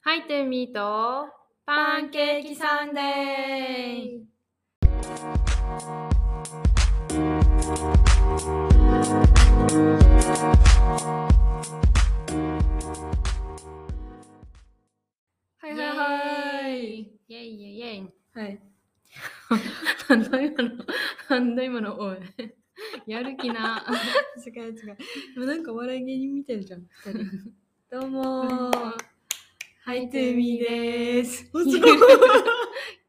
はい、トゥーミーとパンケーキサンデー。はいはいはい。イェイイェイイェイ。はい。なんだ今の、なんだ今の、おい。やる気な。違う違う。でもなんかお笑い芸人見てるじゃん。二人どうも ー。は、はいいトゥーミーでーす。いするごい。。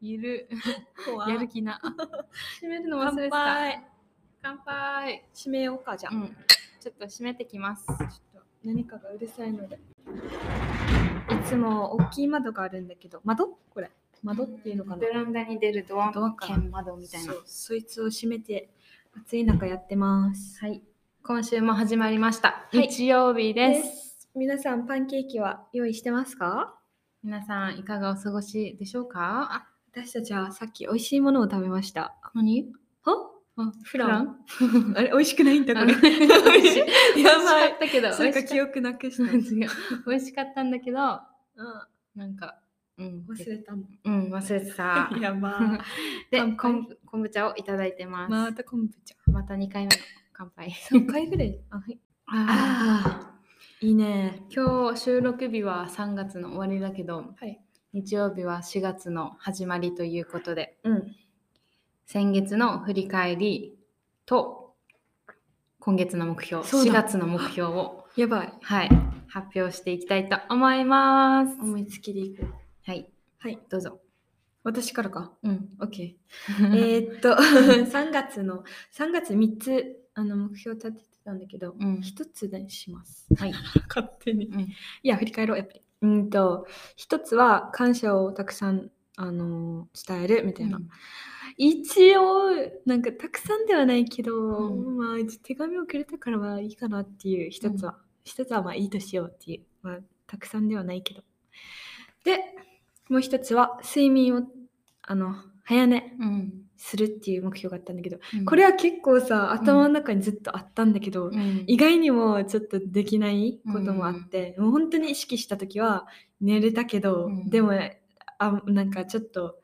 いる。 怖やる気な。閉めるの忘乾れてた。杯。乾杯。閉めようか、じゃあ。うん。ちょっと閉めてきます。ちょっと何かがうるさいので。いつも大きい窓があるんだけど、窓これ。窓っていうのかなベランダに出るドアドアか兼窓みたいなそ。うそいつを閉めて、暑い中やってます。はい。今週も始まりました。はい日曜日です。す。皆さん、パンケーキは用意してますか皆さんいかがお過ごしでしょうか？私たちはさっき美味しいものを食べました。あ、何？はあ、フフララン ン？あれ、美味しくないんだ、こ れ。うん美味しい やば美味しかったけど、い。それ美か味し記憶なくした。か違う美味しかったんだけど、うなんか、うん、ん、忘れたもん。うん忘れて た。やばで、乾杯昆布昆布茶をいただいてまい。す。ままた昆 布茶。た2回目の乾杯。 3回ぐらい。あ、はい。あああ、いいね。ー今日収録日は3月の終わりだけど、はい。日曜日は4月の始まりということで、うん。先月の振り返りと今月の目標そうだ4月の目標を、やばい。はい、発表していきたいと思います。思いつきでいこう。はい、はい。どうぞ。私からか。うん、オッケー。えーっ と、3月の、3月3つ、あの、目標立ててたんだけど、 うん一つにします。はい、 勝手に。うんいや、振り返ろう、やっぱり。うんと、一つは感謝をたくさん、あのー伝えるみたいな。一応、なんかたくさんではないけど、うんまあ、手紙をくれたからはいいかなっていう一つは、一つはまあいいとしようっていう、まあ、たくさんではないけど。で、もう一つは睡眠を、あの、早寝うん、するっていう目標があったんだけど、うんこれ、は結構さ、頭の中にずっとあったんだけど、うん、意外にもちょっとできないこともあって、もう本当に意識した時は寝れたけど、うんでもあなんかちょっと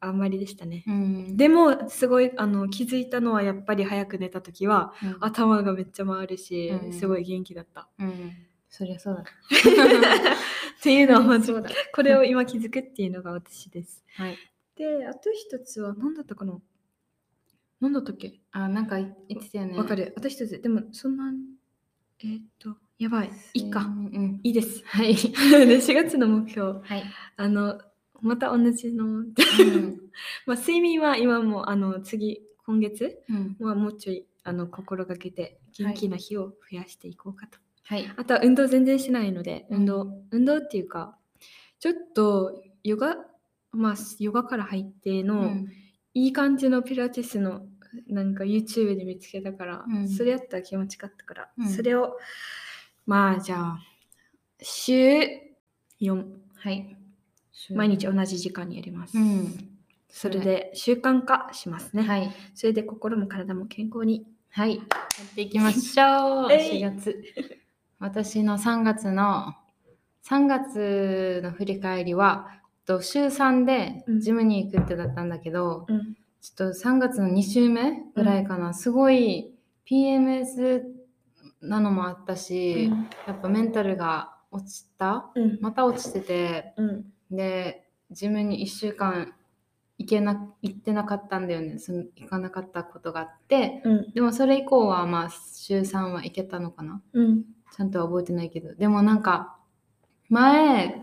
あんまりでしたね。うん、でもすごいあの気づいたのはやっぱり早く寝た時はうん、頭がめっちゃ回るし、うんすごい元気だった。うん、そりゃ そうだ。っていうのは本当 そにうだ。 これを今気づくっていうのが私です。はい。であと一つは何だったかな何だったっけあ、なんかい言ってたよね。わ、かる。る。あと一つでもそんなえーっとやばい。いいうんか。うん、いいです。はい。 で4月の目標 はい。あのまた同じのうん まあ睡眠は今もあの次今月うん、はもうちょいあの心がけて元気な日を増やしていこうかと、はい。あとは運動全然しないのでうん運動、運動っていうかちょっとヨガまあヨガから入っての、うんいい感じのピラティスのなんか YouTube で見つけたから、うんそれやったら気持ちよかったから、うんそれをまあじゃあ週4はい。毎日同じ時間にやります、うん。それで習慣化しますね、はい。それで心も体も健康にはい、やっていきましょう。えい4月。私の3月の3月の振り返りは、と週3でうんジムに行くってだったんだけど、うんちょっと3月の2週目ぐらいかな、すごい PMS なのもあったし、やっぱメンタルが落ちた、うんまた落ちてて、うんで、ジムに1週間行けな行ってなかったんだよね、その行かなかったことがあって、うんでもそれ以降はまあ週3は行けたのかなうんちゃんとは覚えてないけどでもなんか前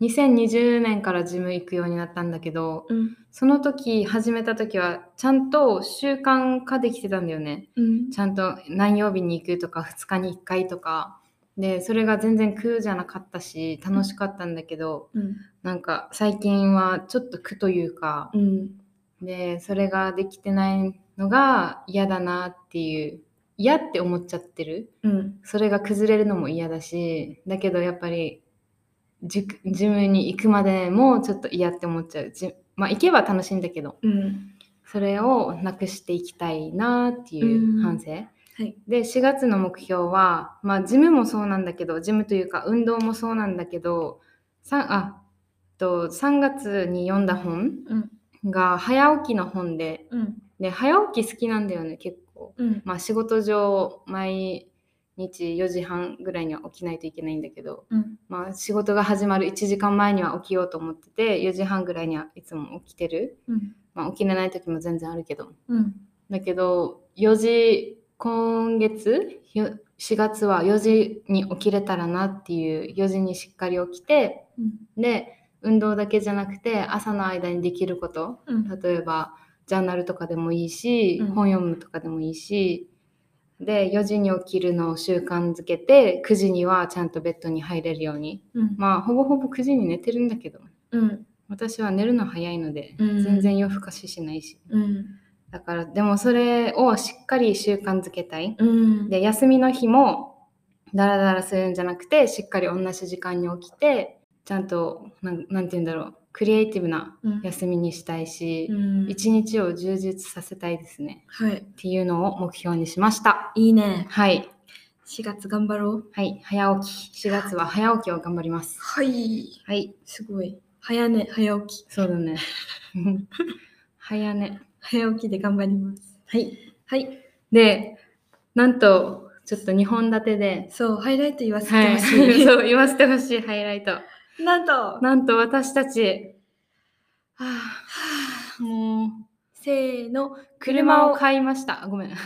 2020年からジム行くようになったんだけどうんその時始めた時はちゃんと習慣化できてたんだよねうんちゃんと何曜日に行くとか2日に1回とかでそれが全然苦じゃなかったし楽しかったんだけどなんか最近はちょっと苦というかうんでそれができてないのが嫌だなっていう嫌って思っちゃってるうんそれが崩れるのも嫌だしだけどやっぱりジュジムに行くまでもちょっと嫌って思っちゃうじまあ行けば楽しいんだけどうんそれをなくしていきたいなっていううん反省、はいで4月の目標はまあジムもそうなんだけどジムというか運動もそうなんだけど三あと3月に読んだ本うんが早起きの本でうんで早起き好きなんだよね結構、うんまあ、仕事上毎日4時半ぐらいには起きないといけないんだけど、うんまあ、仕事が始まる1時間前には起きようと思ってて4時半ぐらいにはいつも起きてる、うんまあ、起きれない時も全然あるけどうんだけど4時今月よ4月は4時に起きれたらなっていう4時にしっかり起きてで運動だけじゃなくて朝の間にできることうん例えばジャーナルとかでもいいし、うん本読むとかでもいいしで4時に起きるのを習慣づけて9時にはちゃんとベッドに入れるようにうんまあほぼほぼ9時に寝てるんだけどうん私は寝るの早いので、うん全然夜更かししないしうんだからでもそれをしっかり習慣づけたいうんで休みの日もダラダラするんじゃなくてしっかり同じ時間に起きてちゃんとなんなんて言うんだろうクリエイティブなうん休みにしたいしう、ん一日を充実させたいですねはいっていうのを目標にしましたいいねはい4月頑張ろうはい早起き4月は早起きを頑張りますはいはいすごい早寝早起きそうだね 早寝早起きで頑張りますはいはいでなんとちょっと2本立てでそうハイライト言わせてはほい、し い、そう言わせてほしいハイライトなん となんと私たち、はあ、もうせー の車を買買いました。ごめん。あ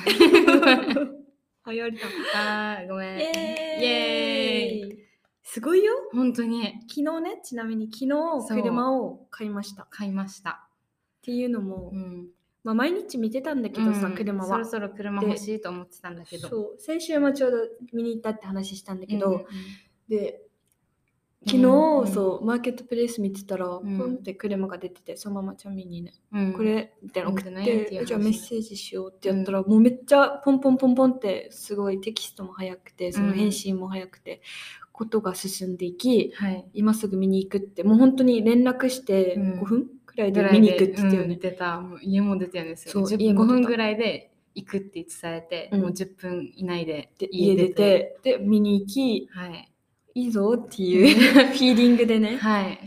流行りだーごめん。イエーイイすごいよ本当に昨日ねちなみに昨そ日う車を買いましたっ買いました。ていうのも、うん。まあ、毎日見てたんだけどさ、うん車はそろそろ車欲しいと思ってたんだけど。そう先週もちょうど見に行ったって話したんだけど、うんうんで昨日、うんそうマーケットプレイス見てたら、んポンって車が出ててそのままチャミにね、うん、うんこれみたいなの送いいっんじゃないってていうえ話じゃあメッセージしようってやったら、もうめっちゃポンポンポンポンってすごいテキストも早くてその返信も早くて、ことが進んでいきはい。今すぐ見に行くってもう本当に連絡してうん5分くらいで見に行くって言ってたようんね出、た。もう家も出たよね。そう10家5も出た分ぐらいで行くって伝えて、うんもう10分以内でで家出。てで見に行きはい。いいぞっていうフィーリングでね、はい。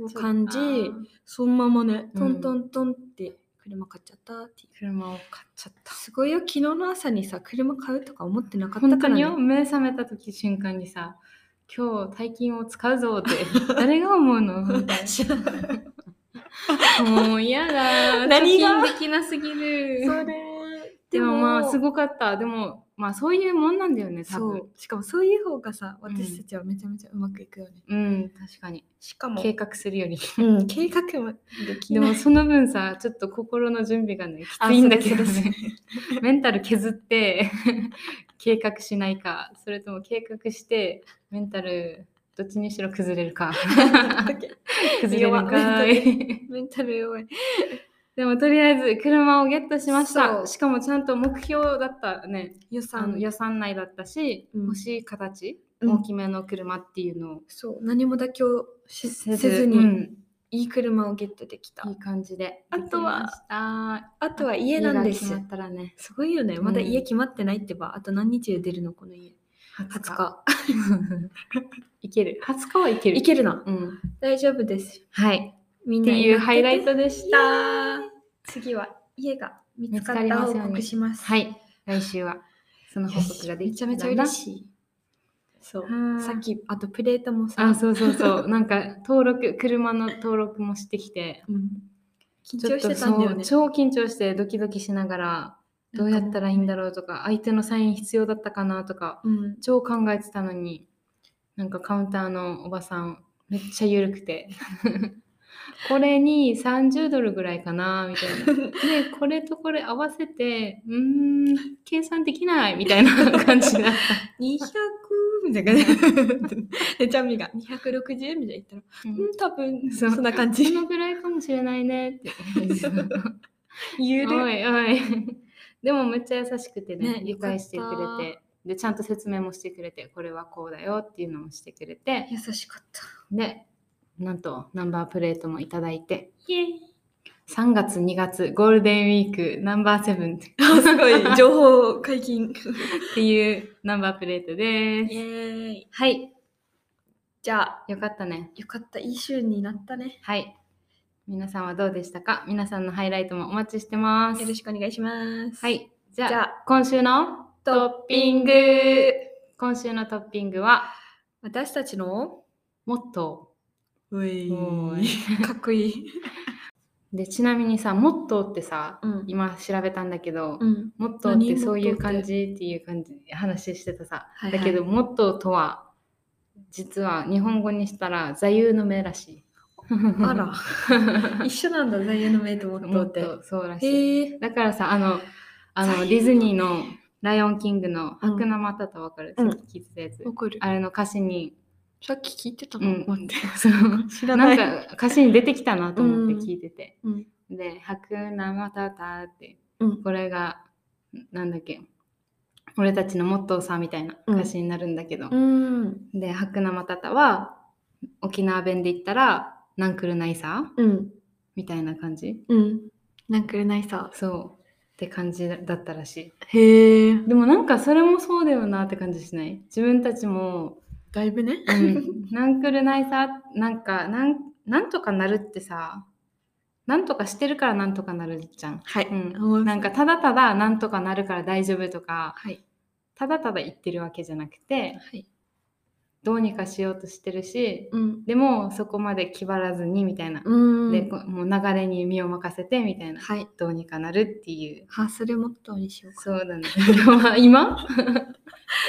を感じそのままねうんトントントンって車買っちゃったっていう車を買っちゃった。すごいよ昨日の朝にさ車買うとか思ってなかった本か当ら、にね、よ目覚めた時瞬間にさ今日大金を使うぞって 誰が思うのみたい知らないなもう嫌だ 何が貯金できなすぎるそれでもまあすいごかったでもまあそういうもんなんだよね多そ分うしかもそういう方がさうん私たちはめちゃめちゃうまくいくよね、うん確かにしかも計画するよりうん、計画もできでないもその分さちょっと心の準備がねきついんだけどあそうでねメンタル削って 計画しないかそれとも計画してメンタルどっちにしろ崩れる か 崩れるんかいメンタル弱い でもとりあえず車をゲットしましそた。うしかもちゃんと目標だったね。予あの算予算内だったし、うん欲しい形、うん大きめの車っていうのをそう何も妥協しせずに、うんいい車をゲットできたいい感じで。あとはできました、あとは家なんです家が決まったらね、すごいよね。うんまだ家決まってないってば、あと何日で出るのこの家。 20 20日。日。 いける。20日はいける。いけるな。うん。大丈夫です。はい。みんっなていうハイライトでし祈ったて。て。次は家が見つかっ見つかりたますよ報うに告します。はい。来週はその報告がでめきちたゃらめちゃ嬉しい。そうは。ーさっき、あとプレートもさ、あ、そうそうそう。 なんか登録、車の登録もしてきて。うん緊ちょ張っしとてたんだよね。そう超緊張してドキドキしながらどうやったらいいんだろうとか相手のサイン必要だったかなとかうん。超考えてたのになんかカウンターのおばさんめっちゃ緩くて これに30ドルぐらいかなみたいなでこれとこれ合わせてうーん計算できないみたいな感じだっ200み たいなね。で、チャミが260みたいな言ったら、た、うんうん、多分、そそうんな感こじ。のぐらいかもしれないね って言おいおいでもめっちゃ優しくてねね理解してくよかっれてでちゃんと説明もしてくれてこれはこうだよっていうのもしてくれて優しかった。でなんとナンバープレートもいただいてイエーイ3月2月ゴールデンウィークナンバーセブンってあすごい、 情報解禁。っていうナンバープレートです。ーイ。はいじゃあ、よかったね。よかった、いい週になったね。はい。皆さんはどうでしたか皆さんのハイライトもお待ちしてます。よろしくお願いします。は。い。じゃあ、じゃあ、今週のトッピング今週のトッピングは、私たちの、モットういおーかっこいい。ー。で、ちなみにさ、モットーってさ、うん。今調べたんだけど、うん。モットーって何そういうモットーって感じっていう感じ話してたさ、はいはいだけどモットーとは実は日本語にしたら座右の銘らしい あ ら、一緒なんだ、座右の銘とモッモトットーっーそうらて。しいへえ。だからさあのあ座の右ディズニーの「ライオンキング」の「うん白生マタタ」わかる、うんさっき聞いてたやつ、わかる。あれの歌詞に、さっき聞いてたうの、ん待って。 そう知らななんい。か歌詞に出てきたなと思って聞いてて、うんで「白生マタタ」ってうん。これがなんだっけ俺たちのモットーさみたいな歌詞になるんだけど、うん。で「白生タタ」は沖縄弁で言ったら「ナンクルナイサーうん。」みたいな感じうん。なんくれないさ。そうって感じだったらしへえ。いでもなんかそれもそうだよなって感じしない自分たちもだいぶね。 「うん、ナンクルナイサー」なんかなんなんとかなるってさなんとかしてるからなんとかなるじゃん。はい。うん、なんか、ただただなんとかなるから大丈夫とかはい。ただただ言ってるわけじゃなくてはい。どうにかしようとしてるしうん。でもそこまで気張らずにみたいな、うん。でこもう流れに身を任せてみたいな、はい。どうにかなるっていうあ、それモットーにしようか。そうだ ね今今っ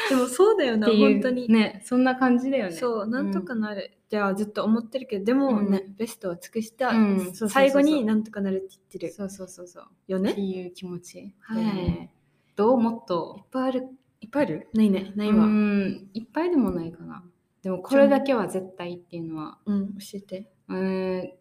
でもそうだよな、ていう本当に。ねそんな感じだよねそう、なんとかなる。じゃあずっと思ってるけど、でもね、ベストを尽くした、うんそうそうそうそう最後になんとかなるって言ってうんるそうそうそうそうよってね。いう気持ち、はいねどうもっとぱいある。いっぱいあるないね、なういわ。うん、んいっぱいでもないかなでもこれだけは絶対っていうのは教えて。うーん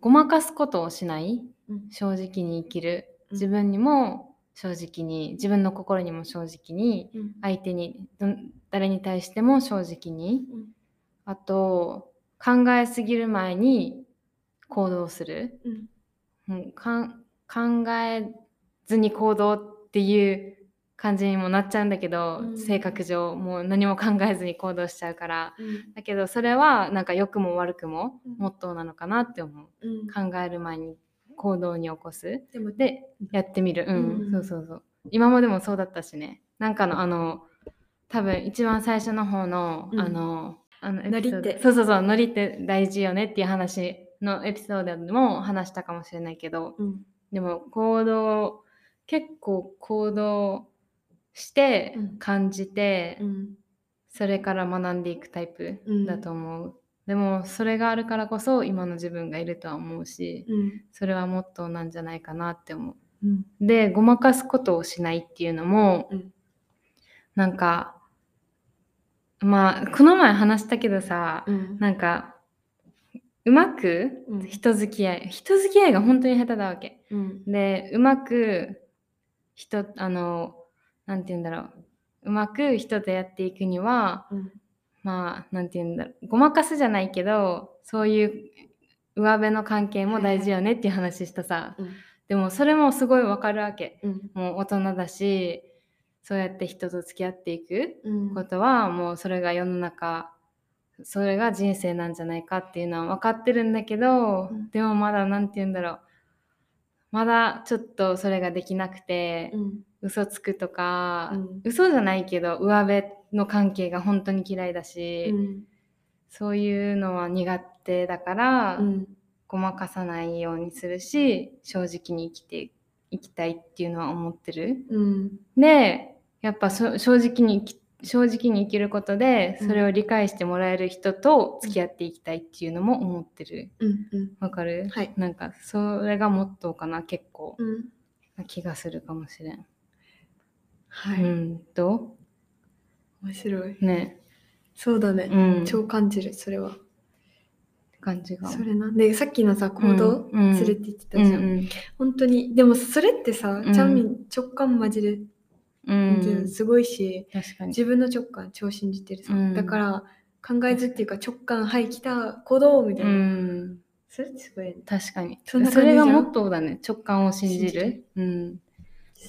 ごまかすことをしないうん正直に生きるうん自分にも正直に自分の心にも正直にうん相手にどん誰に対しても正直にうんあと考えすぎる前に行動する、うんうん、かん考えずに行動っていう感じにもなっちゃうんだけど、うん性格上もう何も考えずに行動しちゃうからうんだけどそれはなんか良くも悪くもうんモットーなのかなって思う。うん考える前に行動に起こすでも、でやってみるうん、うんそうそうそう今までもそうだったしねなんかのあの多分一番最初の方の、うんあのあのノリってエピソードそうそうそうノリって大事よねっていう話のエピソードでも話したかもしれないけどうんでも行動結構行動してうん感じて、うんそれから学んでいくタイプうんだと思う、でもそれがあるからこそ今の自分がいるとは思うし、うんそれはモットーなんじゃないかなって思ううんでごまかすことをしないっていうのも、うんなんかまあこの前話したけどさ、うんなんかうまくうん人付き合い人付き合いが本当に下手だわけうんでうまく人あのなんて言うんだろううまく人とやっていくにはうんまあなんて言うんだろうごまかすじゃないけどそういう上辺の関係も大事よねっていう話したさうんでもそれもすごいわかるわけうんもう大人だしそうやって人と付き合っていくうんことはもうそれが世の中それが人生なんじゃないかっていうのは分かってるんだけど、うんでもまだ何て言うんだろうまだちょっとそれができなくて、うん嘘つくとか、うん嘘じゃないけど上辺の関係が本当に嫌いだし、うんそういうのは苦手だから、うんごまかさないようにするし正直に生きていきたいっていうのは思ってる。うんでやっぱそ正直に生き正直に生きることでうんそれを理解してもらえる人と付き合っていきたいっていうのも思ってるうんうんわかるはいなんかそれがモットーかな結構うんな気がするかもしれん、はういんど面白いうねそうだねうん超感じるそれは感じがそれなでさっきのさ行動うんうんするって言ってうたんじゃん本当にでもそれってさうんちゃんみん直感マジでうんうんすごいし確かに自分の直感超信じてるさうんだから考えずっていうか直感はい来た行動みたいうなんそれってすごいね確かにそんな感じそじゃんれがモットーだね直感を信じる信じるうん、っ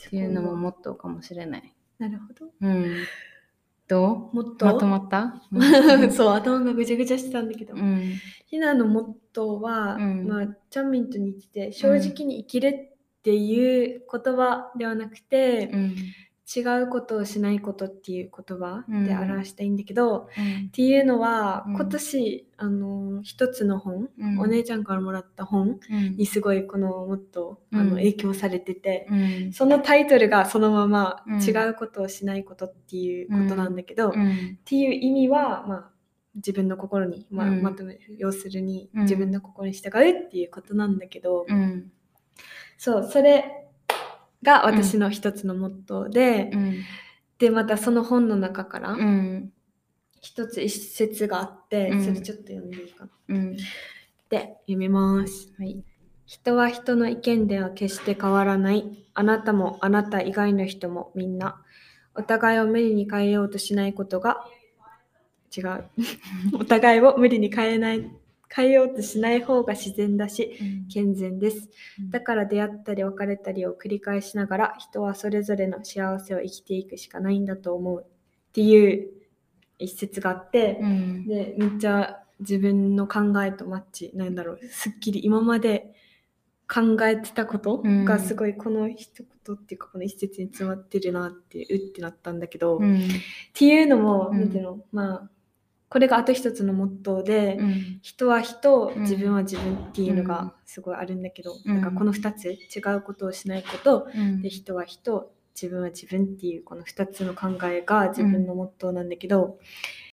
ていうのもモットーかもしれないなるほどうんどもっうとまとまった、 そう頭がぐちゃぐちゃしてたんだけど、うん、ひなのモットーは、うんまあ、チャンミンと似てて正直に生きるっていう言葉ではなくて、うん違うことをしないことっていう言葉で表したいんだけど、っうんていうのは、うん今年あの一つの本、うんお姉ちゃんからもらった本うんにすごいこのもっと、うんあの影響されてて、うんそのタイトルがそのままうん違うことをしないことっていうことなんだけうど、っんていう意味は、まあ、自分の心に、まあうんまとめ要するにうん自分の心に従うっていうことなんだけど、うんそうそれが私の一つのモットーで。うんでまたその本の中からうん一つ一節があって、うんそれちょっと読んでいいかな。うんで読みます。はい人は人の意見では決して変わらない。あなたもあなた以外の人もみんな。お互いを無理に変えようとしないことが違 う。お互いを無理に変えない変えようとしない方が自然だし健全です。だから出会ったり別れたりを繰り返しながら人はそれぞれの幸せを生きていくしかないんだと思うっていう一節があってう、んでめっちゃ自分の考えとマッチなんだろうすっきり今まで考えてたことうんがすごいこの一言っていうかこの一節に詰まってるなってうってなったんだけど、うっんていうのも、うんなんていうのまあこれがあと一つのモットーで、うん人は人、うん自分は自分っていうのうんがすごいあるんだけど、うんなんかこの2つ違うことをしないこと、うんで人は人自分は自分っていうこの2つの考えが自分のモットーなんだけど、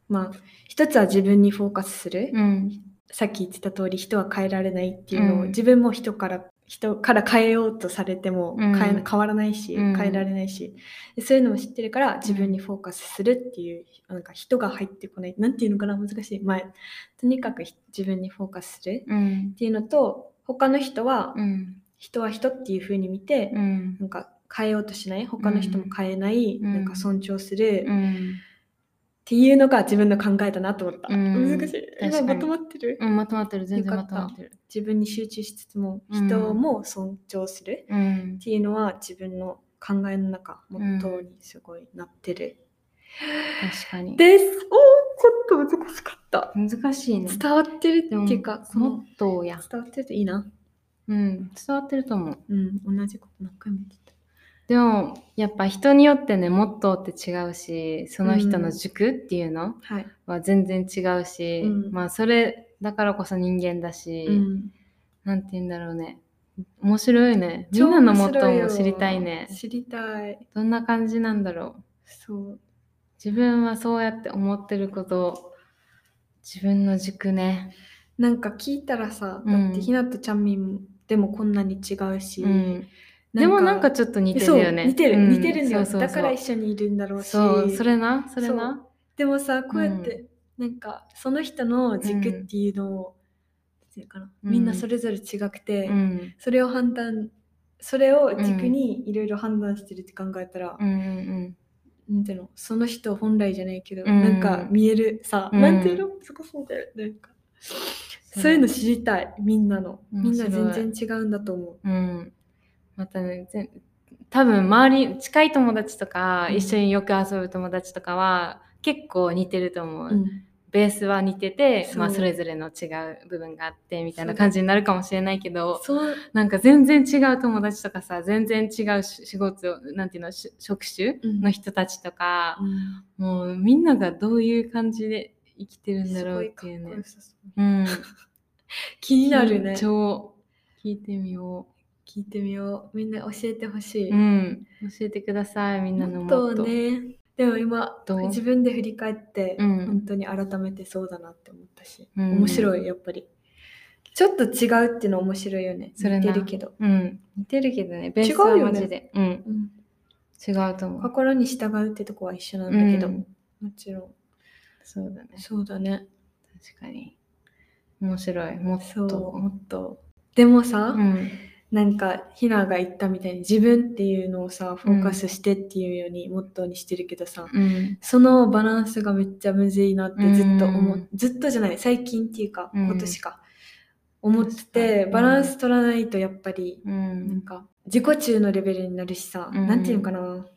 まあ1つは自分にフォーカスする、うんさっき言ってた通り人は変えられないっていうのを、うん自分も人から人から変えようとされても変えうん変わらないし、うん変えられないしでそういうのも知ってるから自分にフォーカスするっていうなんか人が入ってこないなんていうのかな難しい前とにかくひ自分にフォーカスするうんっていうのと他の人は、うん人は人っていう風に見て、うんなんか変えようとしない他の人も変えない、うんなんか尊重する、うっんていうのが自分の考えだなと思った、うん難しい確かに今まとまってる、うんまとまってる全然まとまってる自分に集中しつつもうん人も尊重するうんっていうのは自分の考えの中モットーにすごいなってる、確かにですおーちょっと難しかった難しいね伝わってるっていうかこものっとや伝わってるといいなうん伝わってると思ううん同じこと何回も言ってたでもやっぱ人によってねモットーって違うしその人の軸っていうのはい、は全然違うし、うんまあそれだからこそ人間だし、うんなんて言うんだろうね面白いねみんなのモットーも超面白よ知りたいね知りたいどんな感じなんだろうそう自分はそうやって思ってることを自分の軸ねなんか聞いたらさうんだってひなとちゃんみんでもこんなに違うし、うんでもなんかちょっと似てるよねそう似てる、うん似てるんだよそうそうそうだから一緒にいるんだろうしそうそれなそれなでもさこうやって、なんかその人の軸っていうのを、なんていうかなうんみんなそれぞれ違くて、うんそれを判断それを軸にいろいろ判断してるって考えたらう、んうんなんていうのその人本来じゃないけど、うんなんか見えるさ、うんなんていうのそこそうだよなんかそういうの知りたいみんなのみ面んな白い全然違うんだと思ううん、またねぜ多分周り近い友達とか、うん一緒によく遊ぶ友達とかは結構似てると思う、うんベースは似ててそそうまあ、それぞれの違う部分があってみたいな感じになるかもしれないけどそうなんか全然違う友達とかさ全然違うし仕事をなんていうのし職種うんの人たちとか、もうみんながどういう感じで生きてるんだろうっていうね。うん、気になるね超聞いてみよう。聞いてみようみんな教えてほしい、うん、教えてくださいみんなのももっっととねでも今どう自分で振り返って、うん本当に改めてそうだなって思ったし、うん面白いやっぱりちょっと違うっていうの面白いよねそれ似なてるけど、うん、似てるけどねベースは違うよマねジでう,、うん、ん、違うと思う、心に従うってとこは一緒なんだけど、うんもちろそうだねんそうだね確かに面白いもっそとうもっとでもさ、うんなんかひなが言ったみたいに自分っていうのをさフォーカスしてっていうようにモットーにしてるけどさ、うんそのバランスがめっちゃむずいなってずっと思うう、んずっとじゃない最近っていうかうん今年か、思って確かてにバランス取らないとやっぱりうなんんか自己中のレベルになるしさ、うんなんていうのかな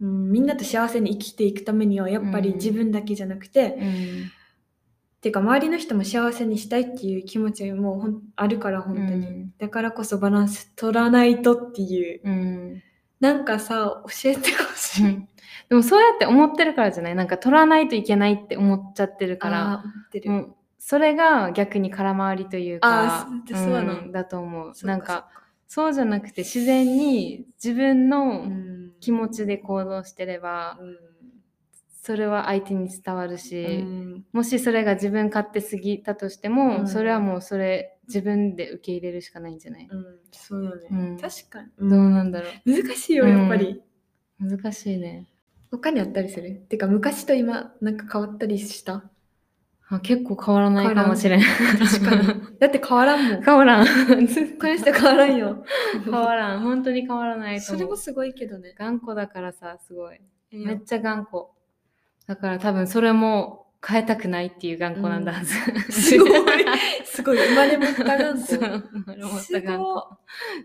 うん、みんなと幸せに生きていくためにはやっぱりうん自分だけじゃなくて、うんっていうか周りの人も幸せにしたいっていう気持ちもほんあるから本当に、うんだからこそバランス取らないとっていううん なんかさ教えてほしういんでもそうやって思ってるからじゃないなんか取らないといけないって思っちゃってるかからら思ってる、うんそれが逆に空回りというかあーそうそうだなんだと思うそっなんそっかそうじゃなくて自然に自分うのん気持ちで行動してればそれは相手に伝わるし、うんもしそれが自分勝手すぎたとしても、うんそれはもうそれ自分で受け入れるしかないんじゃない、うん、そうだね、うん確かに、どうなんだろ難しいよやっぱり、う難しいね他にあったりするてか昔と今なんか変わった りしたあ結構変わらないかもしれない確かにだって変わらんも んこ 変わらんの人変わらんよ 変わらん本当に変わらないとそ思れうもすごいけどね頑固だからさすごいいめやっちゃ頑固だから多分それも変えたくないっていう頑固なんだはず、すごいすごい生まれ持った頑そう固ロボット頑固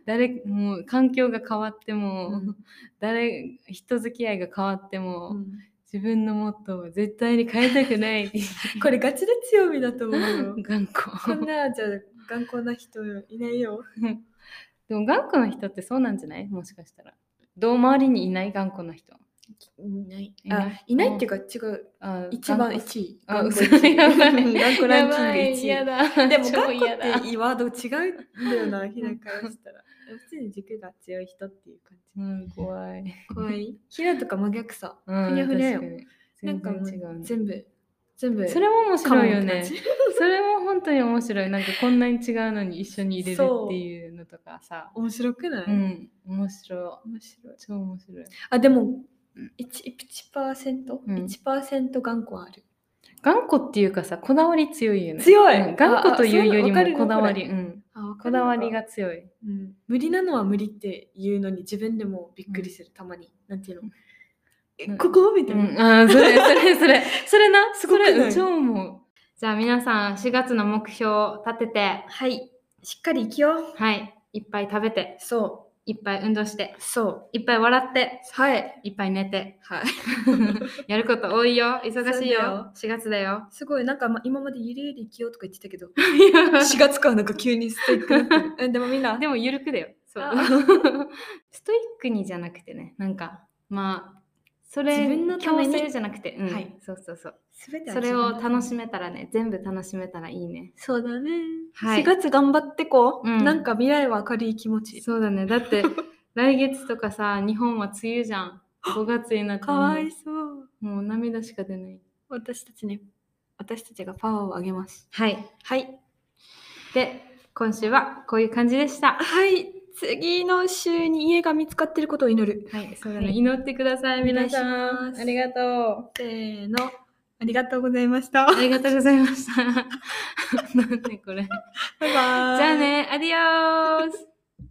誰もう環境が変わっても、うん誰人付き合いが変わっても、うん自分のモットーは絶対に変えたくないこれガチで強みだと思うよ頑こ固んなじゃあ頑固な人いないよでも頑固な人ってそうなんじゃないもしかしたらどう周りにいない頑固な人いないいないあいないっていうか違うあ一番頑固1位あ頑固嘘一 位やばい頑固ランキング1位やばい嫌だでも、超頑固嫌だっていいワード違うんだよ な、ひなからしたら。普通に軸が強い人っていう感じ。うん怖い怖い。ひなとか真逆さ。ふふにゃふにゃよ全然なんか違うね全部、全部。それも面白いよカモンっねて感じそれも本当に面白いなんかこんなに違うのに一緒に入れるっていうのとかさ面白くない、うん面白面白いい超面白いあ、でもうん、 1%?1%、うん1%頑固ある。頑固っていうかさこだわり強いよね強うん頑固というよりもこだわり。うんあこだわり、が強いあわかるわこれうん無理なのは無理っていうのに自分でもびっくりする、たまに。なんていうのえうんここみたういん、な。あーそれそれそれそれなすごくないそれ超思うじゃあ皆さん4月の目標を立ててはい。しっかり生きよう。はいいっぱい食べてそいっぱい運動してう。そう。いっぱい笑ってはい。いっぱい寝 てはい。やること多いよ忙しいよ4月だよすごい、なんか、ま、今までゆるゆる生きようとか言ってた けど、い4月からなんか急にストイックにな ってるうんでもみんな、やでもゆるくだよそうあ ストイックにじゃなくてねなんかまあそれ自分のために強制じゃなくて、うんはいそうそうそう全てはそれを楽しむ。めたらね全部楽しめたらいいねそうだね。はい4月頑張ってこう、うんなんか未来は明るい気持ち。そうだねだ って来月とかさ日本は梅雨じゃん5月になってかもわいそう。もう涙しか出ない私たちね、私たちがパワーをあげます。はいはい。で今週はこういう感じでしたはい。次の週に家が見つかってることを祈る。はいそうだね、はい祈ってください皆さお願いしんますありが とうせーの。ありがとうございました。 バありがとうございました なんでこれじイバイ。ゃあ。ねアディオース